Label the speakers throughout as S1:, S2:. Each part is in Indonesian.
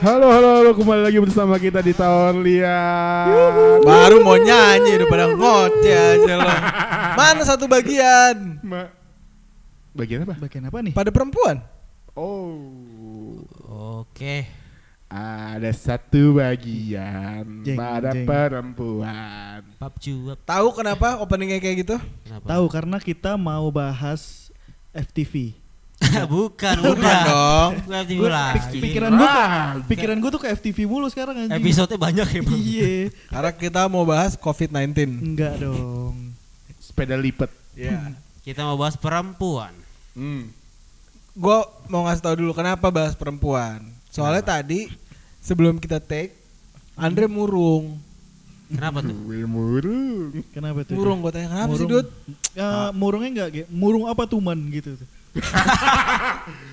S1: Halo, halo, halo, kembali lagi bersama kita di Tower Liar.
S2: Baru mau nyanyi udah pada ngoceh aja lo. Mana satu bagian?
S1: Ma- Bagian apa?
S3: Bagian apa nih?
S2: Pada perempuan.
S1: Oh,
S4: Oke.
S1: ada satu bagian
S3: Jeng,
S1: pada
S3: jeng.
S1: perempuan.
S4: Pap cuap.
S2: Tahu kenapa openingnya kayak gitu?
S4: Kenapa?
S3: Tahu karena kita mau bahas FTV.
S4: Ya, bukan,
S2: Bukan
S4: udah.
S2: dong.
S4: Bukan
S3: Gua
S4: lagi.
S3: pik- pikiran gua ke-
S1: Ah,
S3: pikiran gua tuh ke FTV mulu sekarang anjing.
S4: Episode banyak ya, Bang.
S3: Iya.
S2: Karena kita mau bahas COVID-19.
S3: Enggak dong.
S1: sepeda lipat.
S2: Iya.
S4: Kita mau bahas perempuan.
S1: Hmm.
S2: Gue mau ngasih tahu dulu kenapa bahas perempuan. Soalnya tadi sebelum kita take Andre murung.
S4: Kenapa
S3: Iya.
S4: tuh?
S1: Murung.
S3: Kenapa tuh?
S2: Murung gue tanya kenapa sih,
S3: Murung.
S2: Dut?
S3: Eh, murungnya enggak Ge. Murung apa tuman gitu tuh.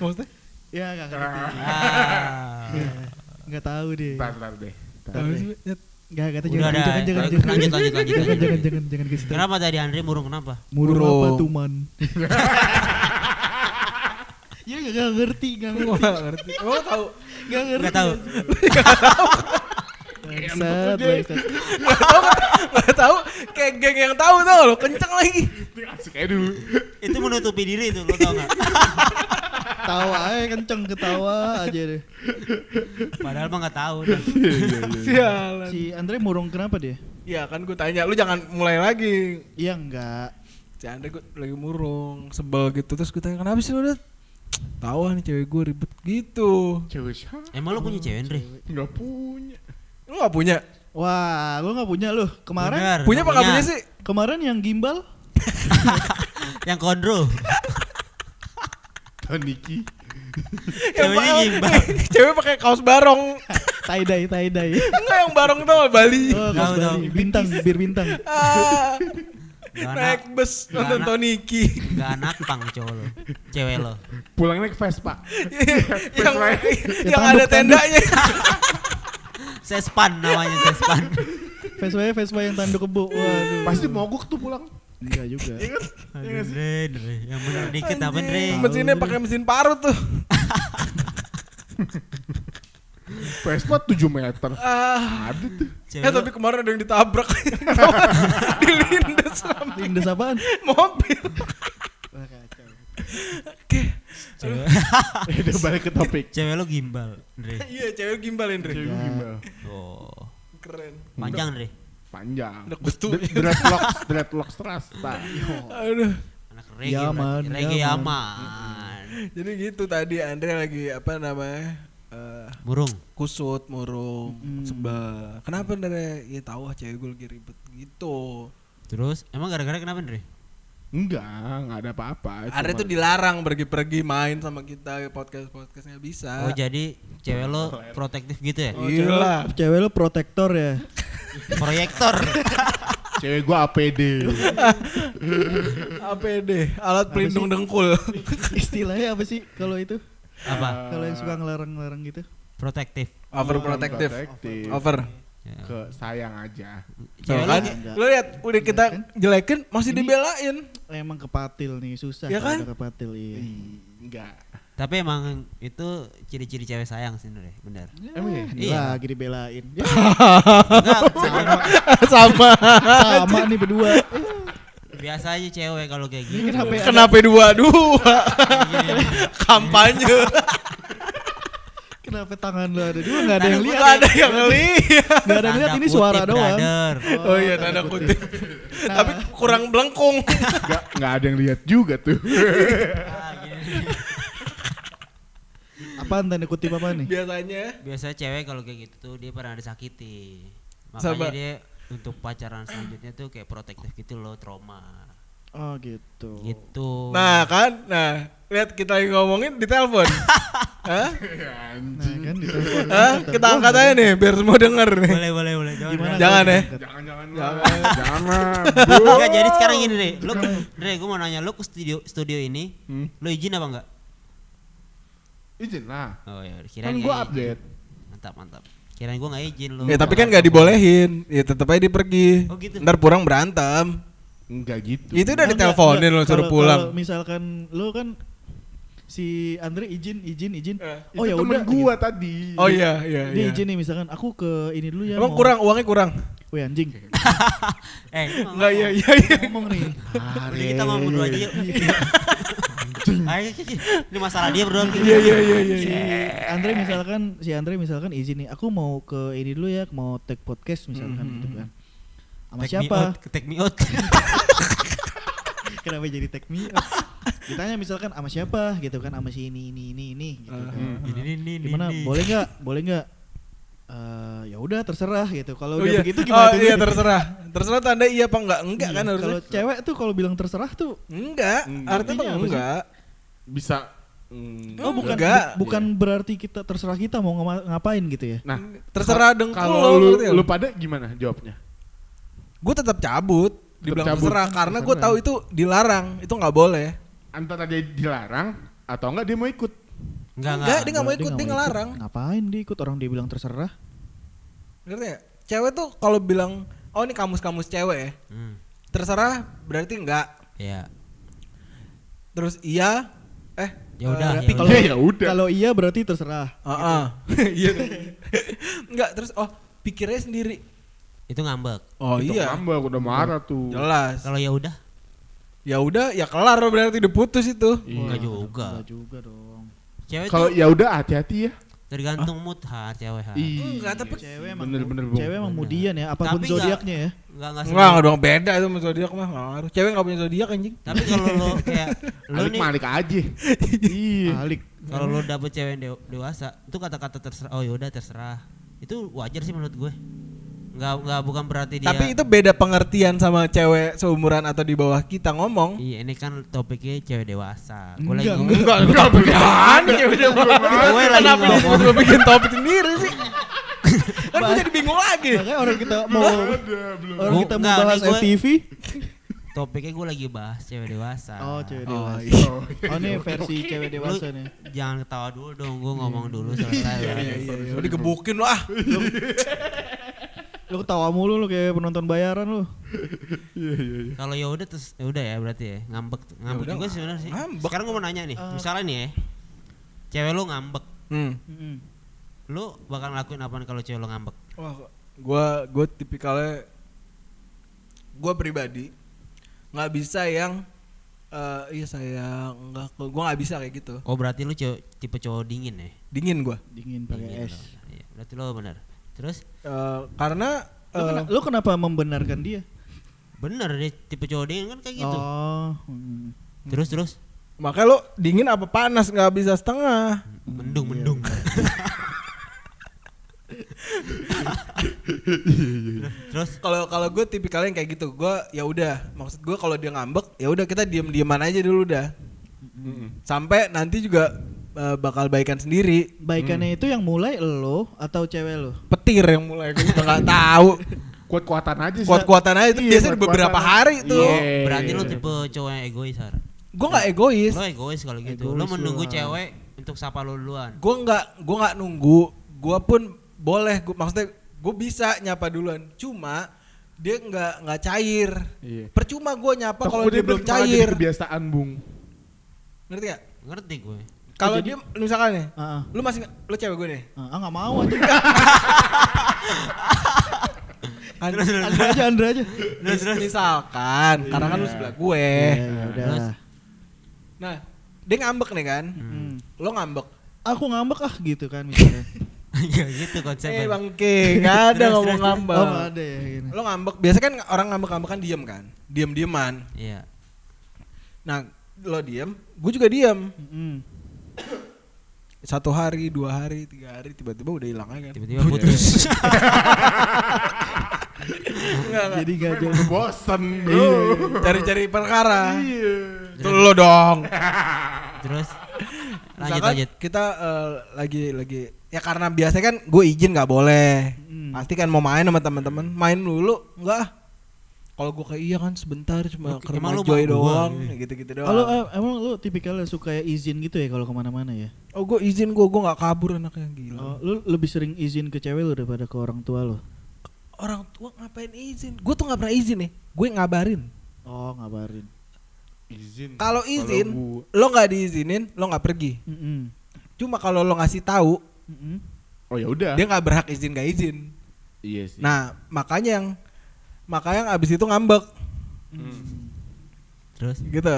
S2: Maksudnya?
S3: Ya enggak ngerti.
S4: Ah.
S3: Enggak tahu deh.
S1: Bentar, bentar deh. Bentar.
S2: Tahu
S3: Tapi-
S2: sih, Nyet.
S3: Enggak kata jangan
S4: Udah, udah.
S3: jangan jangan
S4: Lanjut,
S3: jangan.
S4: lanjut, lanjut, lanjut,
S3: Jangan
S4: lanjut.
S3: jangan jangan jangan ke situ.
S4: Kenapa tadi Andre murung kenapa?
S3: Murung apa
S2: Murung.
S3: tuman? Ya enggak ngerti, enggak
S2: Gua
S3: ngerti.
S2: nggak ngerti. Lo tahu?
S3: Enggak ngerti.
S4: Enggak tahu.
S3: Bangsat, bangsat.
S2: Gak tahu? Kayak geng yang tahu tau lo kenceng lagi.
S1: Asik aja dulu.
S4: Itu menutupi diri itu, lo tau gak?
S3: Tawa aja kenceng ketawa aja deh.
S4: Padahal mah gak tahu. dah.
S1: Iya, iya, iya.
S2: Sialan.
S3: Si Andre murung kenapa dia?
S2: Ya kan gue tanya, lu jangan mulai lagi.
S3: Iya enggak.
S2: Si Andre gue lagi murung, sebel gitu. Terus gue tanya, kenapa sih lu udah? Tahu nih cewek gue ribet gitu.
S1: Cewek siapa?
S4: Emang lo punya cewek, Andre?
S1: Nggak punya.
S2: Lu gak punya?
S3: Wah, lu nggak punya loh. Kemarin
S4: Bener,
S2: Punya apa gak punya sih?
S3: kemarin yang gimbal
S4: Yang kondro.
S1: Toniki.
S2: Yang
S4: Ceweknya
S2: pa-
S4: gimbal.
S2: cewek pakai kaos barong.
S3: tie dye tie dye.
S2: Enggak yang barong tau Bali.
S3: Oh,
S4: Tahu,
S3: Mas Bali.
S4: tahu.
S3: bintang, bir bintang.
S2: Ah,
S4: Gak
S2: naik bus
S4: Gak
S2: nonton
S4: anak.
S2: Toniki.
S4: Gak anak pang cowok lo. Cewek lo.
S1: Pulang naik Vespa.
S2: yang yang
S3: tanduk,
S2: ada
S3: tanduk.
S2: tendanya.
S4: Sespan namanya, Sespan.
S3: Vespa Vespa yang tanduk kebo. Waduh.
S1: Pasti mogok tuh pulang.
S3: enggak juga.
S4: Aduh, Andre, Andre. Yang bener dikit apa, Andre?
S2: Anjing, Mesinnya
S3: Tahu,
S2: pakai mesin paru tuh.
S1: Vespa 7 meter.
S2: Ah.
S1: Ada tuh.
S4: Cewek
S2: Eh
S4: lo-
S2: tapi kemarin ada yang ditabrak. Dilindes sama
S3: Lindes apaan?
S2: mobil. Oke.
S4: cewek,
S1: Eh, Udah balik ke topik.
S4: cewek lo gimbal, Andre.
S2: Iya, cewek gimbal Andre.
S1: Cewek gimbal.
S4: Oh.
S2: Keren.
S4: Panjang, Andre.
S1: Panjang.
S2: Udah betul.
S1: Dre- Dreadlocks, dreadlocks rasta.
S2: Aduh.
S4: Anak reggae,
S3: Yaman,
S4: berarti. reggae
S3: Yaman.
S4: aman.
S2: Jadi gitu tadi Andre lagi apa namanya? eh,
S4: Burung.
S2: kusut, murung,
S3: Mm.
S2: sebel. Kenapa Andre? Ya tahu ah cewek gue lagi ribet gitu.
S4: Terus, emang gara-gara kenapa, Andre?
S2: Eh.
S1: Enggak, enggak ada apa-apa.
S2: Andre
S1: Cuma-
S2: tuh dilarang pergi-pergi main sama kita podcast-podcast nggak bisa.
S4: Oh, jadi cewek lo protektif gitu ya?
S2: iya. Oh,
S3: Gila.
S2: Gila.
S3: Cewek lo protektor ya.
S4: Proyektor.
S1: Cewek gua APD.
S2: APD, alat pelindung dengkul.
S3: Istilahnya apa sih kalau itu?
S2: Eh.
S4: apa?
S3: Kalau yang suka ngelarang-larang gitu.
S4: Protektif.
S2: Overprotective.
S1: Overprotective.
S2: Over.
S4: Ya.
S1: Ke sayang aja.
S4: Cewek
S2: Tuh kan,
S4: lo
S3: enggak.
S2: lo lihat udah kita
S3: Enggak
S2: jelekin masih
S3: Ini-
S2: dibelain.
S3: Emang kepatil nih, susah
S2: Ya
S3: kalau
S2: kan?
S3: ada kepatil iya.
S1: Ih, Enggak.
S4: Tapi emang itu ciri-ciri cewek sayang sih Nure, benar.
S1: Emang ya?
S4: Iya.
S3: Lagi dibelain. Ya,
S4: Enggak, sama.
S2: Sama.
S3: sama nih berdua. Eh,
S4: Biasa aja cewek kalau kayak
S3: Ini
S4: gitu.
S3: kenapa? Kenapa?
S2: Iya, Kenapa dua-dua? Kampanye.
S3: Kenapa tangan lo ada dua? Gak ada
S4: Tangan
S3: yang lihat. ya?
S4: gua
S2: Enggak ada yang ngelihat.
S3: Gak ada yang lihat.
S4: Tanda
S3: Ini suara
S4: kutip,
S3: doang.
S4: brother.
S2: Oh iya tanda kutip. Tapi kurang belengkung.
S1: Enggak, enggak ada yang lihat juga tuh.
S4: Ah, gini.
S3: Apaan tanda kutip apa nih?
S2: Biasanya
S4: Biasa cewek kalau kayak gitu tuh dia pernah disakiti. Makanya
S2: Sama.
S4: dia untuk pacaran selanjutnya tuh kayak protektif gitu loh, trauma.
S3: Oh gitu.
S4: Gitu.
S2: Nah kan, nah lihat kita lagi ngomongin di telepon. Hah?
S3: Nah kan di
S2: Hah? Kita angkat aja nih biar semua denger nih.
S4: boleh boleh boleh jangan.
S3: Gimana?
S4: jangan.
S2: Jangan
S3: kan.
S2: ya.
S1: Jangan jangan jangan. Jangan. Bu.
S4: Enggak, jadi sekarang gini Re, lu Re, gue mau nanya lu ke studio studio ini,
S1: Hmm.
S4: lu izin apa enggak?
S1: Izin lah.
S4: Oh ya, kirain
S1: Kan
S4: nggak
S3: gitu.
S1: gua
S4: izin.
S1: update.
S4: Mantap, mantap. Kirain gua nggak izin lu.
S2: Ya tapi kan gak dibolehin. Ya tetep aja dia pergi.
S4: Oh, gitu.
S2: Ntar pulang berantem.
S1: Enggak gitu.
S2: Itu udah diteleponin lo suruh pulang.
S3: Misalkan lo kan si Andre izin izin izin.
S2: Eh,
S1: oh,
S3: oh ya
S1: temen
S3: udah. gitu.
S1: gua tadi.
S2: Oh iya iya iya.
S3: Dia izin nih misalkan aku ke ini dulu ya.
S2: Emang
S3: mau-
S2: kurang uangnya kurang?
S3: Wih anjing.
S4: eh,
S2: Enggak iya iya iya.
S3: Ngomong nih.
S4: Udah kita mau berdua aja yuk. Ayo, ini masalah dia berdua.
S2: Iya iya iya iya.
S3: si Andre misalkan si Andre misalkan izin nih aku mau ke ini dulu ya mau take podcast misalkan
S2: Mhm.
S3: gitu kan sama
S4: Take me
S3: siapa
S4: out, Take me out.
S3: kenapa jadi take me out? ditanya misalkan sama siapa gitu kan sama si ini ini ini ini gitu kan.
S2: Mhm.
S4: Ini ini ini.
S3: gimana
S4: ini.
S3: boleh nggak boleh nggak Eh, ya udah terserah gitu
S2: Oh
S3: kalau
S2: iya.
S3: udah begitu
S2: Oh
S3: gimana
S2: iya terserah. Terserah tanda iya apa enggak? Enggak kan harusnya.
S3: kalau cewek tuh kalau bilang terserah tuh
S2: Enggak,
S1: Enggak.
S2: artinya
S3: Artinya
S2: apa
S3: apa sih?
S2: enggak?
S1: Bisa. Mm,
S3: oh bukan
S2: Enggak. Iya.
S3: bu- bukan berarti kita terserah kita mau ngama- ngapain gitu ya
S1: Nah,
S2: Terserah dengkul ya.
S1: kalau lu,
S2: ngerti
S1: lu pada gimana jawabnya?
S2: Gue tetap cabut, dibilang
S1: cabut.
S2: terserah karena gue
S1: Terserah.
S2: tahu itu dilarang, itu nggak boleh.
S1: Antara dia dilarang atau enggak dia mau ikut.
S4: Enggak
S2: Enggak,
S4: enggak.
S2: dia nggak mau ikut, dia
S3: nggak
S2: ngelarang.
S3: ngapain dia ikut orang dia bilang terserah
S2: Ngerti ya? Cewek tuh kalau bilang, oh ini kamus-kamus cewek ya,
S4: Hmm,
S2: terserah berarti enggak.
S4: Iya.
S2: Terus iya, eh
S4: Ya udah.
S3: berarti
S4: ya
S3: kalau-
S4: udah.
S1: Ya ya udah.
S3: kalau iya berarti terserah
S2: Heeh. Iya. Enggak, terus oh pikirnya sendiri.
S4: itu ngambek.
S2: Oh
S1: Itu
S2: iya.
S1: ngambek, udah marah tuh.
S2: Jelas.
S4: Kalau ya udah,
S2: Ya udah, ya kelar berarti udah putus itu.
S1: Iya.
S4: enggak juga.
S3: Enggak juga dong.
S4: Cewek
S1: Kalau
S4: tuh
S1: ya udah hati-hati ya.
S4: tergantung mood ha cewek
S2: Nah.
S4: ha.
S1: Iya.
S2: Enggak, tapi
S3: Cewek emang
S1: Bener-bener Bung.
S3: cewek emang
S4: Bener.
S3: mudian ya, apapun
S4: Tapi enggak-
S3: zodiaknya ya.
S4: Enggak enggak
S2: enggak,
S4: semua.
S2: enggak dong beda itu sama zodiak mah enggak ngaruh. Cewek enggak punya zodiak anjing.
S4: Tapi kalau lo kayak lo
S1: Alik
S4: nih
S1: malik aja. Iya.
S3: Alik.
S4: kalau lo dapet cewek yang dew- dewasa, itu kata-kata terserah. Oh ya udah terserah. Itu wajar sih menurut gue. Enggak enggak bukan berarti dia
S2: Tapi itu beda pengertian sama cewek seumuran atau di bawah kita ngomong.
S4: Iya, ini kan topiknya cewek dewasa. Gue lagi
S3: Enggak,
S4: ngomong-
S2: Enggak, enggak beneran. Ya udah,
S4: Gue lagi
S2: Kenapa dia
S4: ngomong.
S2: tiba-tiba bikin topik sendiri sih? Iya. Kan gue jadi bingung lagi.
S3: Makanya orang kita mau
S1: Ada belum.
S3: orang
S4: Gua-
S3: kita mau
S4: enggak,
S3: bahas
S4: nih gua-
S3: FTV.
S4: Topiknya gue lagi bahas cewek dewasa.
S3: Oh, cewek
S2: Oh,
S3: dewasa.
S2: iya.
S3: Oh, ini versi cewek dewasa nih.
S4: Jangan ketawa dulu dong, gue ngomong dulu selesai.
S2: Iya, iya, iya. Udah digebukin lo ah.
S3: Lu ketawa mulu lu kayak penonton bayaran lu.
S1: Iya iya iya.
S4: Kalau ya udah terus ya udah ya berarti ya ngambek ngambek
S2: udah,
S4: juga sebenarnya sih.
S2: ngambek.
S4: Sekarang gue mau nanya nih,
S3: Eh.
S4: misalnya nih ya, cewek lo ngambek,
S2: Hmm.
S3: Heeh.
S4: lo bakal ngelakuin apa kalau cewek lo ngambek?
S2: Wah, gue gue tipikalnya gue pribadi nggak bisa yang eh iya sayang nggak gue nggak bisa kayak gitu
S4: Oh berarti lo cowok, tipe cowok dingin ya?
S2: dingin gue
S3: Dingin pakai
S4: Dingin
S3: es.
S4: lo. Iya, berarti lo bener. Terus
S2: Eh karena
S3: Lu,
S2: eh,
S3: kena- lu kenapa membenarkan dia?
S4: bener deh tipe cowok dingin kan kayak gitu.
S3: Oh. mm.
S4: Terus terus
S2: makanya lo dingin apa panas nggak bisa setengah
S4: mendung mendung. terus
S2: kalau kalau gue tipikalnya yang kayak gitu gue ya udah maksud gue kalau dia ngambek ya udah kita diem dieman aja dulu dah
S1: Mm-mm.
S2: sampai nanti juga eh, bakal baikan sendiri
S1: Hmm.
S3: Baikannya itu yang mulai lo atau cewek lo?
S2: petir yang mulai gue juga nggak tahu
S1: Kuat-kuatan aja sih.
S2: kuat-kuatan aja itu
S1: Iya,
S2: biasanya di beberapa
S1: kuat-kuatan.
S2: hari tuh
S1: Iya.
S4: berarti lo tipe cowok yang egois har.
S2: gue nggak egois
S4: Lo egois kalau gitu.
S3: Egois
S4: Lo
S3: lu,
S4: menunggu
S3: Har.
S4: cewek untuk sapa lo duluan.
S2: gue nggak gue nggak nunggu gue pun boleh gua, maksudnya gue bisa nyapa duluan cuma dia nggak nggak cair
S1: Iya.
S2: percuma gue nyapa kalau
S1: Takutnya
S2: dia belum
S1: malah jadi
S2: cair
S1: kebiasaan, Bung.
S2: ngerti gak
S4: Ngerti gue.
S1: Oh,
S2: kalau dia misalkan nih
S3: Heeh.
S2: lu masih nggak- lu cewek gue nih
S3: Ah, enggak mau aja.
S2: kan
S3: Andre aja, Andre aja.
S2: mis- misalkan karena kan
S1: Iya.
S2: lu sebelah
S4: Eh,
S2: gue
S3: ya
S4: Terus?
S3: udah.
S2: nah dia ngambek nih kan
S1: Hmm.
S3: Mm.
S2: lo ngambek
S3: Aku ngambek ah gitu kan misalnya.
S4: ya gitu
S2: eh
S4: konsepnya.
S2: bangke nggak ada
S4: Terus,
S2: ngomong
S4: terus, terus.
S2: ngambek
S3: oh, nggak ada ya gini.
S2: lo ngambek biasa kan orang ngambek ngambek kan diem kan diem dieman
S4: Iya.
S2: nah lo diem gue juga diem
S3: Mm-mm.
S2: satu hari dua hari tiga hari tiba-tiba udah hilang aja kan
S4: Tiba-tiba putus.
S3: Jadi
S2: Iya,
S3: gak
S1: Gue
S3: jadi.
S1: bosen, Bro.
S2: cari-cari perkara
S1: Iya.
S2: itu lo dong
S4: Terus lanjut
S2: Misalkan
S4: lanjut.
S2: kita eh, lagi lagi ya karena biasanya kan gue izin nggak boleh
S3: Mm.
S2: pasti kan mau main sama teman-teman main dulu enggak ah. kalau gue kayak iya kan sebentar cuma
S4: Oke,
S2: ke rumah
S4: emang lu
S2: Joy
S4: mau
S2: doang
S4: gua? gitu.
S2: gitu-gitu
S3: Oh, lu,
S2: doang
S3: eh, emang lu tipikalnya suka ya izin gitu ya kalau kemana-mana ya?
S2: oh gue izin gue gue nggak kabur anaknya gila
S3: Oh, lu lebih sering izin ke cewek lu daripada ke orang tua lu?
S2: orang tua ngapain izin gue tuh nggak pernah izin nih gue ngabarin
S3: Oh, ngabarin.
S1: izin
S2: Kalau izin,
S1: gua-
S2: lo nggak diizinin, lo nggak pergi.
S3: Mm-mm.
S2: Cuma kalau lo ngasih tahu,
S3: Mm-mm.
S1: oh ya udah
S2: dia nggak berhak izin nggak izin.
S1: iya sih
S2: Nah, makanya yang makanya yang abis itu ngambek
S1: Hmm.
S4: Terus
S2: gitu.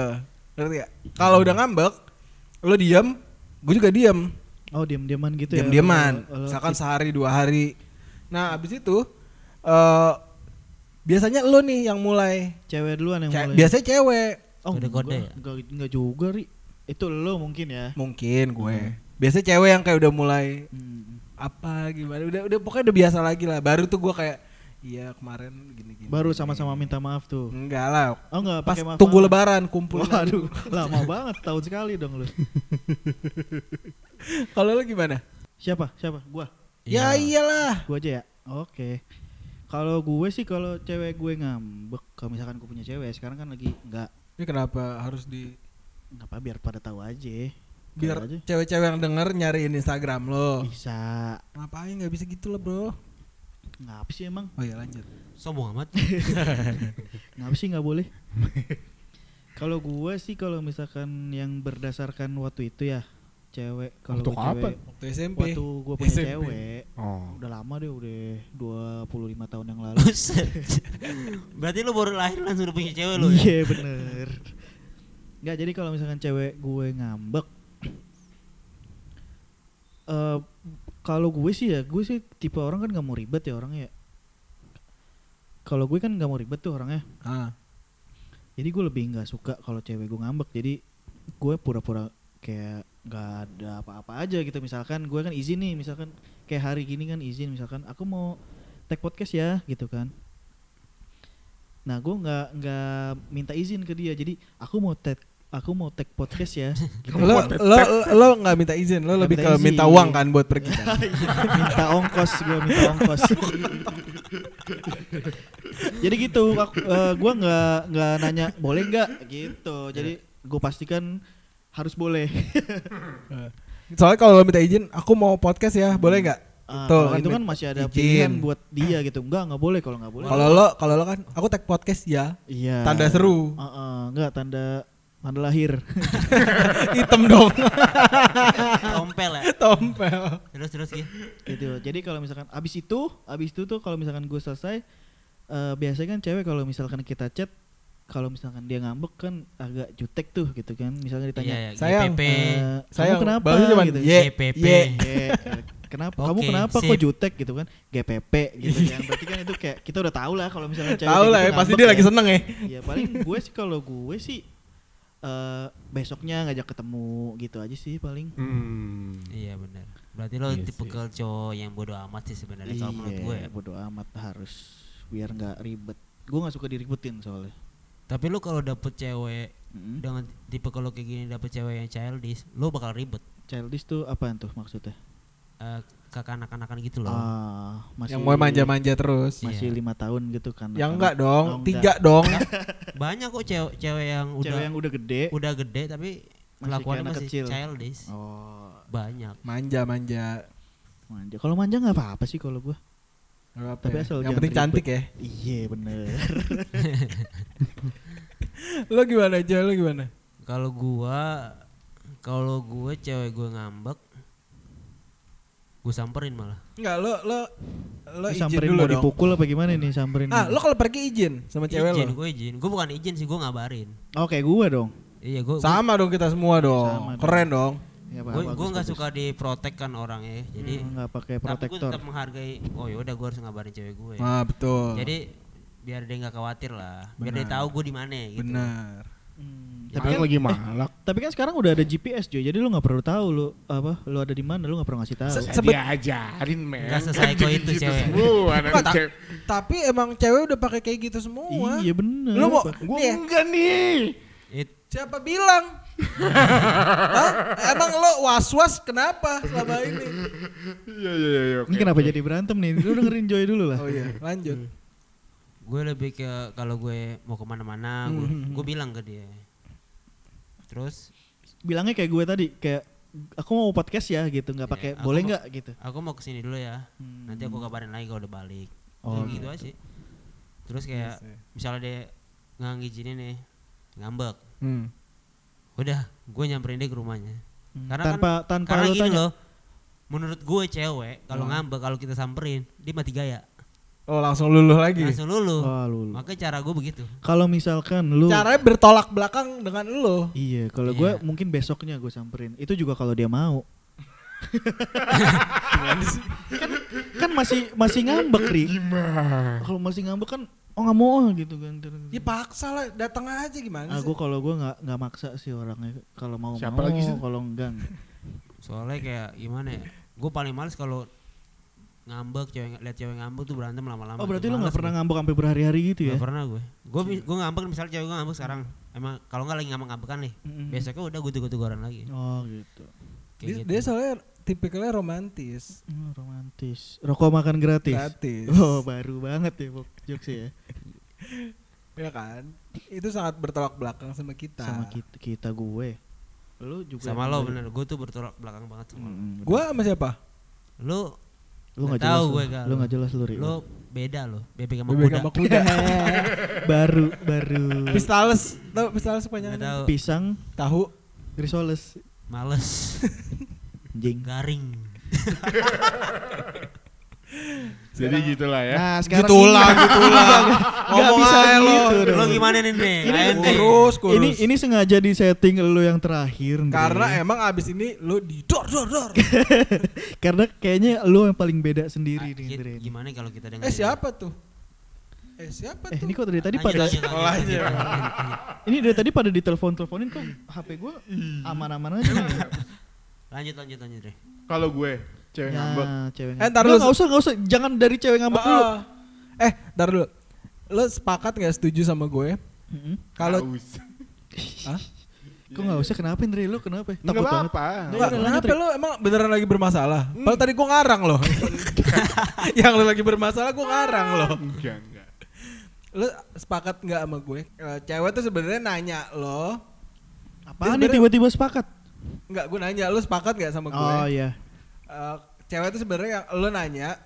S2: Ngerti nggak? Kalau udah ngambek, lo diem, gue juga diem,
S3: Oh diam-diaman gitu ya.
S2: diam-diaman.
S3: Kalau- kalau-
S2: Misalkan sehari dua hari. Nah, abis itu eh biasanya lo nih yang mulai.
S3: cewek duluan yang
S2: Ce-
S3: mulai.
S2: biasanya cewek,
S3: oh,
S4: Kode-kode
S3: enggak,
S4: ya?
S3: enggak, enggak juga, Ri. Itu lo mungkin ya.
S2: mungkin gue. Biasanya cewek yang kayak udah mulai
S3: Hmm.
S2: apa gimana udah udah pokoknya udah biasa lagi lah baru tuh gua kayak iya kemarin gini gini
S3: Baru sama-sama minta maaf tuh.
S2: enggak lah
S3: Oh enggak
S2: Mm. pas
S3: pakai maaf.
S2: tunggu lebaran kumpul
S3: Waduh, lama banget tahun sekali dong lu.
S2: kalau lu gimana
S3: Siapa? Siapa? Gua. Iya.
S2: ya iyalah
S3: Gua aja ya. Oke. Kalau gue sih kalau cewek gue ngambek, kalau misalkan gue punya cewek sekarang kan lagi enggak
S2: ini kenapa harus di
S3: enggak apa biar pada tahu aja.
S2: biar Oh.
S3: aja.
S2: cewek-cewek yang denger nyariin Instagram lo
S3: Bisa.
S2: ngapain nggak bisa gitu lah bro
S3: Ngapa sih emang?
S2: oh ya lanjut
S4: sombong amat.
S3: Ngapa sih nggak boleh? kalau gue sih kalau misalkan yang berdasarkan waktu itu ya cewek kalau
S1: Waktu
S3: gue cewek
S2: waktu SMP
S3: waktu gue punya
S2: SMP.
S3: cewek
S1: oh
S3: udah lama deh udah 25 tahun yang lalu
S4: Buset. Berarti lu baru lahir langsung udah punya cewek lu ya?
S3: iya bener nggak jadi kalau misalkan cewek gue ngambek eh kalau gue sih ya gue sih tipe orang kan nggak mau ribet ya orangnya ya. kalau gue kan nggak mau ribet tuh orangnya
S2: ah
S3: jadi gue lebih nggak suka kalau cewek gue ngambek jadi gue pura-pura kayak nggak ada apa-apa aja gitu misalkan gue kan izin nih misalkan kayak hari gini kan izin misalkan aku mau tag podcast ya gitu kan nah gue nggak nggak minta izin ke dia jadi aku mau tag aku mau tag podcast ya gitu.
S2: lo lo lo nggak minta izin lo
S3: Nggak
S2: lebih ke
S3: minta izin.
S2: minta uang kan buat pergi kan
S3: minta ongkos gue minta ongkos jadi gitu aku, eh, gua nggak nggak nanya boleh nggak gitu jadi gue pastikan harus boleh
S2: soalnya kalau lo minta izin aku mau podcast ya boleh nggak
S3: Ah,
S2: Tuh,
S3: kalau
S2: kan
S3: itu kan
S2: min-
S3: masih ada
S2: izin.
S3: pilihan buat dia gitu nggak nggak boleh kalau nggak boleh
S2: kalau lo kalau lo kan aku tag podcast ya
S3: iya
S2: tanda seru
S3: Ah, ah, nggak tanda tanda lahir
S2: hitam dong
S4: Tompel ya.
S2: tompel
S4: Terus terus gitu.
S3: gitu jadi kalau misalkan abis itu abis itu tuh kalau misalkan gue selesai eh, biasanya kan cewek kalau misalkan kita chat kalau misalkan dia ngambek kan agak jutek tuh gitu kan misalkan ditanya
S4: Iya, iya,
S2: Sayang.
S4: GPP.
S3: Eh,
S2: saya
S3: kamu kenapa
S2: baru cuman
S3: gitu.
S2: ye
S4: GPP.
S2: ye
S3: Ye, kenapa kamu
S4: Oke,
S3: kenapa kok
S4: sip.
S3: jutek gitu kan GPP gitu kan berarti kan itu kayak kita udah tahu lah kalau misalnya cewek
S2: tahu
S3: kayak
S2: lah
S3: gitu
S2: ya pasti
S3: ngambek
S2: dia
S3: ya.
S2: lagi seneng ya
S3: ya paling gue sih kalau gue sih eh besoknya ngajak ketemu gitu aja sih paling
S1: hmm.
S4: Iya benar. Berarti lo
S1: Iya
S4: tipe cowok yang bodoh amat sih sebenarnya kalau menurut gue.
S3: Iya,
S4: ya.
S3: bodo amat harus biar nggak ribet gue nggak suka diributin soalnya
S4: Tapi lo kalau dapet cewek
S3: Mm.
S4: dengan tipe kalau kayak gini dapet cewek yang childish, lo bakal ribet.
S3: childish tuh apaan tuh maksudnya
S4: Eh kakak anak-anakan gitu loh.
S3: ah masih
S2: yang mau manja-manja terus
S3: masih
S4: Iya.
S3: lima tahun gitu kan
S2: yang
S3: anak-anak.
S2: enggak dong
S3: Oh,
S2: tiga dong
S4: Banyak kok cewek cewek yang udah
S3: cewek yang udah gede
S4: udah gede tapi
S3: kayak
S4: kelakuannya
S3: anak
S4: masih
S3: kecil.
S4: childish.
S3: oh
S4: Banyak.
S2: manja-manja
S3: manja kalau manja nggak apa-apa sih kalau gue
S2: Nggak apa-apa
S3: Tapi
S2: ya.
S3: asal
S2: yang
S3: jangan
S2: penting
S3: ribet.
S2: cantik ya
S3: iya bener
S2: lo gimana aja lo gimana
S4: Kalau gua kalau gue cewek gue ngambek gue samperin malah.
S2: enggak lo lo lo
S3: Ini
S2: izin
S3: samperin
S2: dulu
S3: mau
S2: dong
S3: dipukul apa gimana nih samperin
S2: ah lo kalau pergi izin sama cewek
S4: izin,
S2: lo
S4: gue izin. Gue bukan izin sih, gue ngabarin.
S3: oke gue dong
S4: Iya, gue
S2: sama dong kita semua
S3: Sama
S2: dong
S3: dong.
S2: keren dong
S3: Gak
S4: gue gue nggak suka diprotek kan orang ya. Jadi
S2: Hmm,
S3: nggak pakai
S4: tapi gue
S3: protektor
S4: tetap menghargai. Oh ya udah gue harus ngabarin cewek gue.
S3: Iya.
S2: nah betul
S4: Jadi biar dia nggak khawatir lah. Biar dia tahu gue di mana gitu.
S2: benar
S3: Hmm, tapi
S1: Tapi
S3: kan
S1: lagi malak
S3: tapi kan sekarang udah ada GPS Joy jadi lu nggak perlu tahu lu apa lu ada di mana lu nggak perlu ngasih tahu
S2: Se-
S1: Saya
S2: Sebet-
S1: diajarin men
S4: Nggak sesaiko
S1: Jadi
S4: itu,
S1: gitu
S4: cewek.
S1: semua anak
S2: Nggak, ta-
S1: cewek
S2: tapi emang cewek udah pakai kayak gitu semua
S3: iya bener
S2: lo mau
S1: Gua
S3: Iya.
S2: nih ya,
S1: enggak nih
S4: It-
S2: Siapa bilang? Hah? Emang lo was-was kenapa selama ini?
S1: Iya iya iya
S3: ini kenapa jadi berantem nih lu dengerin Joy dulu lah
S2: Oh iya, lanjut.
S4: gue lebih ke kalau gue mau kemana-mana, gue
S2: Hmm.
S4: gue bilang ke dia. Terus
S3: bilangnya kayak gue tadi kayak aku mau podcast ya gitu nggak
S4: Iya,
S3: pakai
S4: aku
S3: boleh
S4: mau-
S3: nggak gitu
S4: aku mau kesini dulu ya.
S3: Hmm.
S4: Nanti aku kabarin lagi kalau udah balik.
S3: Oh, Iya
S4: Ya gitu aja sih. Terus kayak misalnya dia nggak ngizinin nih ngambek.
S2: Hmm.
S4: udah gue nyamperin dia ke rumahnya
S3: Hmm,
S4: Karena kan
S3: tanpa tanpa
S4: karena
S3: lu
S4: gini
S3: tanya.
S4: loh menurut gue cewek kalau
S2: Hmm.
S4: ngambek kalau kita samperin dia mati gaya
S2: Oh langsung luluh lagi.
S4: langsung lulu
S3: Iya. Wah, lu- lu.
S4: makanya cara gue begitu
S3: Kalau misalkan lu
S2: Caranya bertolak belakang dengan lo.
S3: Iya, kalau
S4: Iya.
S3: gue mungkin besoknya gue samperin. Itu juga kalau dia mau. kan, kan masih masih ngambek ri. Kalau masih ngambek kan oh nggak mau ah, gitu kan.
S2: Ya
S4: Iya,
S2: paksa lah, datang aja gimana
S3: Ah,
S2: sih?
S3: gue kalau gue nggak nggak maksa sih orangnya. Kalau mau
S1: Siapa
S3: mau,
S1: lagi sih?
S3: kalau enggak. enggak.
S4: soalnya kayak gimana ya gue paling males kalau ngambek cewek lihat cewek ngambek tuh berantem lama-lama
S3: Oh berarti
S4: Tuh
S3: lu nggak
S4: males
S3: pernah
S4: gua.
S3: ngambek sampai berhari-hari gitu ya? Iya.
S4: Nggak pernah gue gue gue ngambek misalnya cewek gue ngambek sekarang emang kalau nggak lagi ngambek ngambekan nih
S3: Mm-mm.
S4: besoknya udah gue tegur-teguran lagi
S3: Oh gitu.
S2: Dia,
S4: kayak
S2: dia
S4: gitu
S2: soalnya tipikalnya romantis.
S3: Hmm, romantis. Rokok makan gratis.
S2: Gratis.
S3: Oh baru banget ya Bok jokes ya.
S2: Ya kan? Itu sangat bertolak belakang sama kita.
S3: Sama kita, kita gue. Lu juga
S4: sama lo bener gue tuh bertolak belakang banget sama lo
S3: Mm, bener.
S2: Gua sama siapa?
S4: lo
S3: lu nggak jelas
S4: Nggak tahu
S3: lu.
S4: gue, Kak.
S3: lu nggak jelas lu Ri.
S4: lo beda lo bebek sama
S2: Bebek
S4: kuda
S2: sama kuda.
S3: baru baru
S2: Pistales, tau pistales panjang.
S4: nggak tahu
S3: pisang
S2: Tahu.
S3: risoles
S4: males
S3: anjing
S4: garing
S1: Jadi gitulah ya.
S3: nah
S2: Gitulah, gitulah.
S3: Nggak
S2: Ngomong
S3: bisa
S2: aja lo.
S3: gitu dong.
S4: lo gimana nih nih
S3: Ini-
S4: Ayo, Nek.
S2: Kurus, kurus.
S3: ini ini sengaja di setting lu yang terakhir Ndre.
S2: karena emang abis ini lo di dor dor dor.
S3: karena kayaknya lu yang paling beda sendiri nih
S4: Ah,
S2: iya,
S4: ki-
S3: Ndre.
S4: gimana kalau kita dengar
S2: eh siapa tuh? Eh siapa
S3: eh
S2: tuh?
S3: ini kok dari
S2: Ah,
S3: tadi pada
S2: iya,
S3: ini dari tadi pada ditelepon teleponin kok HP gue
S2: Hmm.
S3: aman-aman aja Ya, nih.
S4: lanjut lanjut lanjut Dre.
S1: Kalau gue cewek ngambek.
S3: ya, cewek
S2: Eh, ntar
S3: Nggak,
S2: lu-
S3: nggak usah nggak usah jangan dari cewek ngambek dulu
S2: Ah. Eh, ntar dulu. Lo sepakat gak setuju sama gue?
S3: Mm-mm.
S2: Kalau
S1: Haus.
S2: Hah?
S3: kok
S2: Iya,
S3: nggak usah kenapa Ndre lu kenapa
S1: Nggak
S3: takut banget
S1: apa-apa.
S2: Enggak,
S3: Iya, lanjut,
S2: kenapa
S3: Rik.
S2: lo emang beneran lagi bermasalah? Padahal tadi gue ngarang loh. Yang lo lagi bermasalah gue ngarang loh.
S1: Enggak, enggak.
S2: Lo sepakat nggak sama gue? Eh, Cewek tuh sebenarnya nanya lo,
S3: apaan
S2: Dia
S3: nih tiba-tiba sepakat
S2: nggak gue nanya lo sepakat nggak sama gue?
S3: oh iya
S2: Eh, cewek tuh sebenarnya yang lo nanya,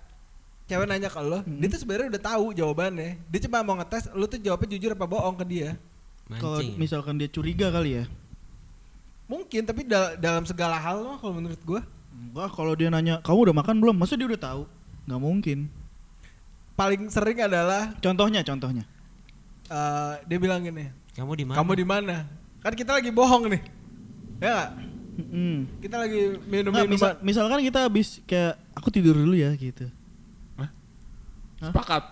S2: cewek nanya ke lo,
S3: Hmm.
S2: dia tuh sebenarnya udah tahu jawabannya. Dia cuma mau ngetes lo tuh jawabnya jujur apa bohong ke dia.
S3: kalau
S4: mancing
S3: misalkan dia curiga kali ya
S2: Mungkin tapi dal- dalam segala hal mah kalau menurut gue
S3: Enggak, kalau dia nanya, kamu udah makan belum? Maksudnya dia udah tahu? Nggak mungkin.
S2: paling sering adalah
S3: Contohnya, contohnya.
S2: eh, dia bilang gini,
S4: kamu di mana
S2: kamu di mana? Kan kita lagi bohong nih. Ya nggak?
S3: Mm.
S2: Kita lagi minum
S3: Nggak,
S2: minuman.
S3: misa- misalkan kita habis kayak, aku tidur dulu ya gitu.
S1: Sepakat.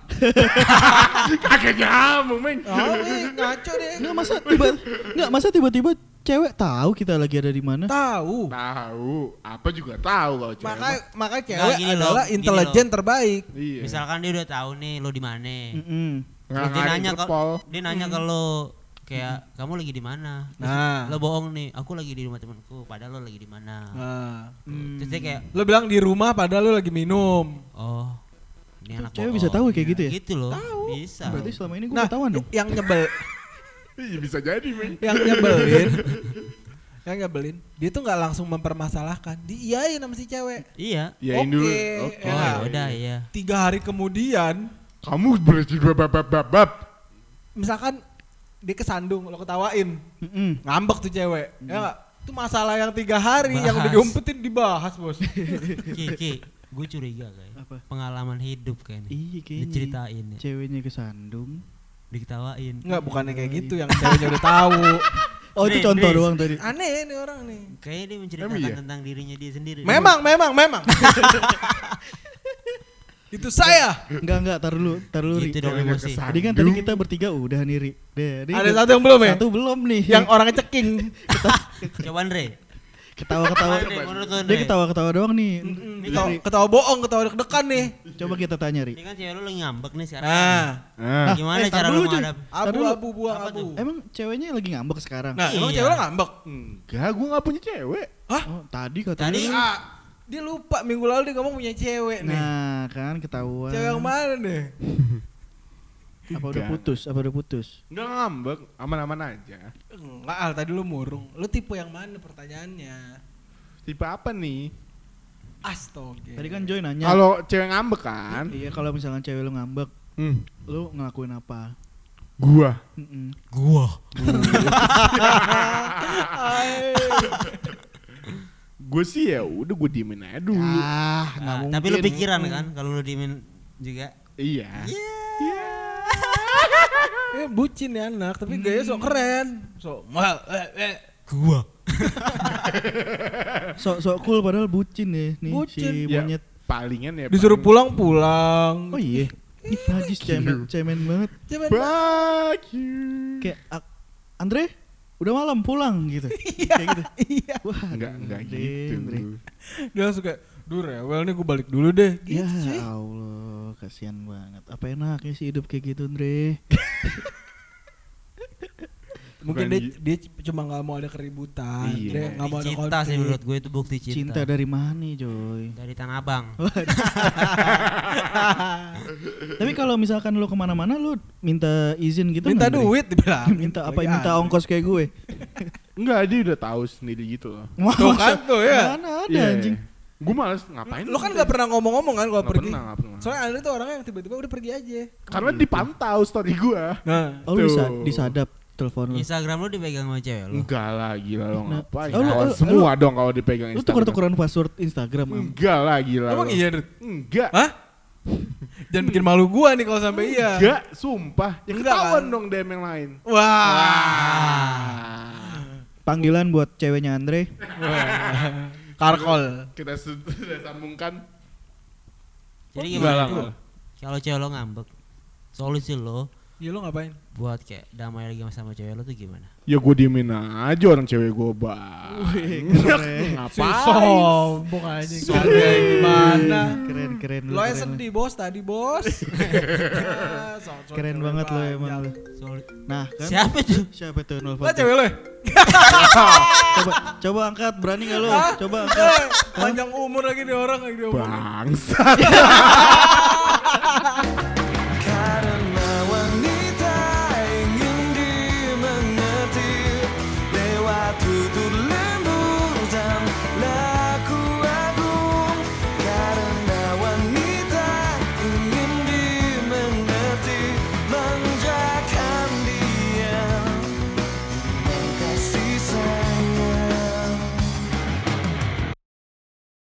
S1: Kakek nyambung, men.
S2: Oh,
S3: iya.
S2: wih, ngaco deh.
S3: Nggak, masa tiba nggak, masa tiba-tiba cewek tahu kita lagi ada di mana?
S2: Tahu.
S1: Nah, Tahu, apa juga tahu kalau cewek.
S2: Maka
S1: mah.
S2: maka
S4: Nggak,
S2: cewek
S4: gini loh,
S2: adalah
S4: gini
S2: intelijen terbaik.
S1: iya.
S4: misalkan dia udah tahu nih lo di mana
S3: Mm-mm.
S4: Terus dia nanya ke
S1: Interpol.
S4: dia nanya ke lo kayak kamu lagi di mana Terus
S3: Ah.
S2: Nah.
S4: lo bohong nih aku lagi di rumah temanku padahal lo lagi di mana
S2: Nah.
S4: Tuh.
S3: Hmm.
S4: terus dia Hmm. kayak
S2: Lo bilang di rumah padahal lo lagi minum.
S4: oh ini anak
S3: cewek
S4: bohong.
S3: bisa tahu kayak gitu ya?
S4: gitu loh bisa
S3: Berarti selama ini gue
S2: nah,
S3: ketahuan dong.
S2: yang nyebel
S1: Iya bisa jadi, men.
S2: yang nyebelin yang nyebelin dia tuh nggak langsung mempermasalahkan diiyain sama si cewek
S4: iya
S1: Yain
S2: Oke,
S1: dulu.
S2: Ya.
S4: oh ya udah iya
S2: tiga hari kemudian
S1: Kamu berarti dua bab bab bab bab.
S2: misalkan dia kesandung lo ketawain
S3: Mm-mm.
S2: ngambek tuh cewek ya nggak? itu masalah yang tiga hari yang udah
S4: Bahas.
S2: diumpetin dibahas bos
S4: Kiki gue curiga kayak
S3: Apa?
S4: pengalaman hidup kayak nih
S3: Iya kayaknya.
S4: diceritain ya
S3: Ceweknya kesandung.
S4: diketawain
S2: nggak bukannya kayak gitu yang ceweknya udah tahu
S3: Oh itu
S4: Nih,
S3: contoh
S4: nih.
S3: doang tadi.
S2: aneh nih orang nih
S4: kayaknya dia menceritakan
S1: Emang iya?
S4: tentang dirinya dia sendiri
S2: memang memang memang itu saya
S3: Enggak enggak, tar dulu, tar dulu. Ri.
S4: gitu dong
S1: Ceweknya
S4: emosi
S1: kesandung.
S3: Jadi kan tadi kita bertiga udah nih Ri. Deh, Ri,
S2: ada
S3: deh.
S2: satu yang belum ya
S3: Satu belum nih.
S2: yang orangnya ceking
S4: coba Andre
S3: ketawa-ketawa.
S4: Andre, menurut lo,
S3: Dia
S4: Andre.
S3: ketawa-ketawa doang nih.
S2: Mm, ketawa, ketawa bohong ketawa deg-degan nih
S3: Coba kita tanya Ri.
S4: ini kan cewek lu lagi ngambek nih sekarang
S2: nah
S1: Ah,
S4: gimana
S3: eh, tar
S4: cara
S3: dulu,
S4: lu
S3: cuy.
S4: menghadapi
S3: Aduh,
S2: abu-abu buang
S4: apa
S2: abu
S3: Emang ceweknya lagi ngambek sekarang?
S2: nah emang
S4: Iya.
S2: cewek lo ngambek
S1: enggak, gua enggak punya cewek.
S2: hah
S3: Oh, tadi katanya.
S4: Tadi
S3: lu-
S2: Ah, dia lupa minggu lalu dia ngomong punya cewek nih
S3: Nah, kan ketahuan.
S2: cewek yang mana nih
S3: Apa udah putus? Apa udah putus?
S1: Enggak ngambek, aman-aman aja.
S2: Enggak, Al, tadi lu murung. Lu tipe yang mana pertanyaannya?
S1: Tipe apa nih?
S2: Astaga.
S3: Tadi kan Joy nanya.
S1: Kalau cewek ngambek kan?
S3: Iya, kalau misalkan cewek lu ngambek,
S1: Hmm.
S3: lu ngelakuin apa?
S1: Gua.
S3: Mm-mm.
S4: Gua.
S1: Gue sih ya udah gue diemin aja dulu.
S3: ah nggak mungkin
S4: tapi lu pikiran kan kalau lu diemin juga.
S1: Iya. Iya.
S2: Eh, bucin ya anak, tapi gaya sok keren. Sok mahal. Eh, eh.
S4: Gua.
S3: sok sok cool padahal bucin ya nih
S2: Bucin.
S3: si
S1: Ya,
S3: monyet
S1: palingan ya.
S2: Disuruh
S1: paling-
S2: pulang pulang.
S3: oh iya ih najis cemen cemen banget
S2: Cuman
S1: Fuck you.
S3: kayak "Ak- Andre udah malam pulang gitu kayak gitu
S2: iya.
S3: wah
S1: Enggak, enggak
S3: Andre,
S1: gitu.
S3: Andre.
S2: Dia langsung kayak, "Duh, rewel nih gue balik dulu deh." Gitu
S3: ya
S2: sih.
S3: Allah kasihan banget apa enaknya sih hidup kayak gitu Andre
S2: Mungkin
S1: Bukan
S2: dia, dia c- cuma nggak mau ada keributan,
S1: Iya.
S2: dia nggak mau ada
S4: cinta sih
S2: konflik.
S4: menurut gue itu bukti cinta.
S3: cinta dari mana Joy
S4: Dari Tanah Abang.
S1: Oh.
S3: tapi kalau misalkan lu kemana-mana lu minta izin gitu
S2: minta
S3: nggak, Andre?
S2: duit Iya. dibilang.
S3: minta apa minta ongkos kayak gue
S1: Enggak, dia udah tahu sendiri gitu loh.
S3: Wah,
S2: Tuh kan tuh ya.
S3: mana ada
S1: Iya.
S3: anjing
S1: Gue males ngapain.
S2: Lo kan nggak pernah ngomong-ngomong kan kalau
S1: Nggak
S2: pergi.
S1: pernah, nggak pernah.
S2: Soalnya Andre tuh orangnya yang tiba-tiba udah pergi aja.
S1: Karena dipantau story gue.
S2: Nah,
S3: oh lu bisa
S1: Tuh.
S3: disadap telepon lu
S4: Instagram lu dipegang sama cewek lu.
S1: Enggak lah, gila lo ngapain.
S3: Oh, lu-
S1: Kawan
S3: lu-
S1: semua dong kalau dipegang
S3: lu
S1: Instagram.
S3: tuker-tukeran password Instagram
S2: Hmm.
S3: am.
S1: Enggak lah, gila
S2: emang
S1: lo.
S2: iya, Dut?
S1: Enggak.
S2: Hah? Jangan bikin malu gua nih kalau sampai iya.
S1: Enggak, sumpah. Ya
S2: Enggak
S1: ketahuan
S2: kan?
S1: dong DM yang lain.
S2: Wah.
S3: panggilan buat ceweknya Andre
S2: Karkol.
S1: Kita sudah sambungkan.
S4: Jadi
S1: Enggak
S4: gimana
S1: lah,
S4: tuh?
S1: enggak.
S4: Kalau cewek lo ngambek, solusi lo
S2: Ya lo ngapain?
S4: buat kayak damai lagi sama cewek lo tuh gimana?
S1: Ya gue diemin aja orang cewek gue banyak.
S2: Si
S1: Ngapain?
S2: sombong aja. Kagak gimana.
S3: keren keren lu,
S2: Lo yang
S3: keren, lu.
S2: sedih bos tadi bos. Ah, sok- sok
S3: keren
S2: cewek
S3: banget lo
S2: banyak.
S3: emang lu. ya.
S4: Solu-
S3: nah kan
S4: Siapa tuh?
S3: siapa tuh nelfon
S2: Lah
S3: tuh?
S2: cewek lo. ya?
S3: coba coba angkat berani gak lo
S2: Hah?
S3: coba angkat
S2: Eh, Panjang umur lagi nih orang lagi diomongin.
S1: Bangsat.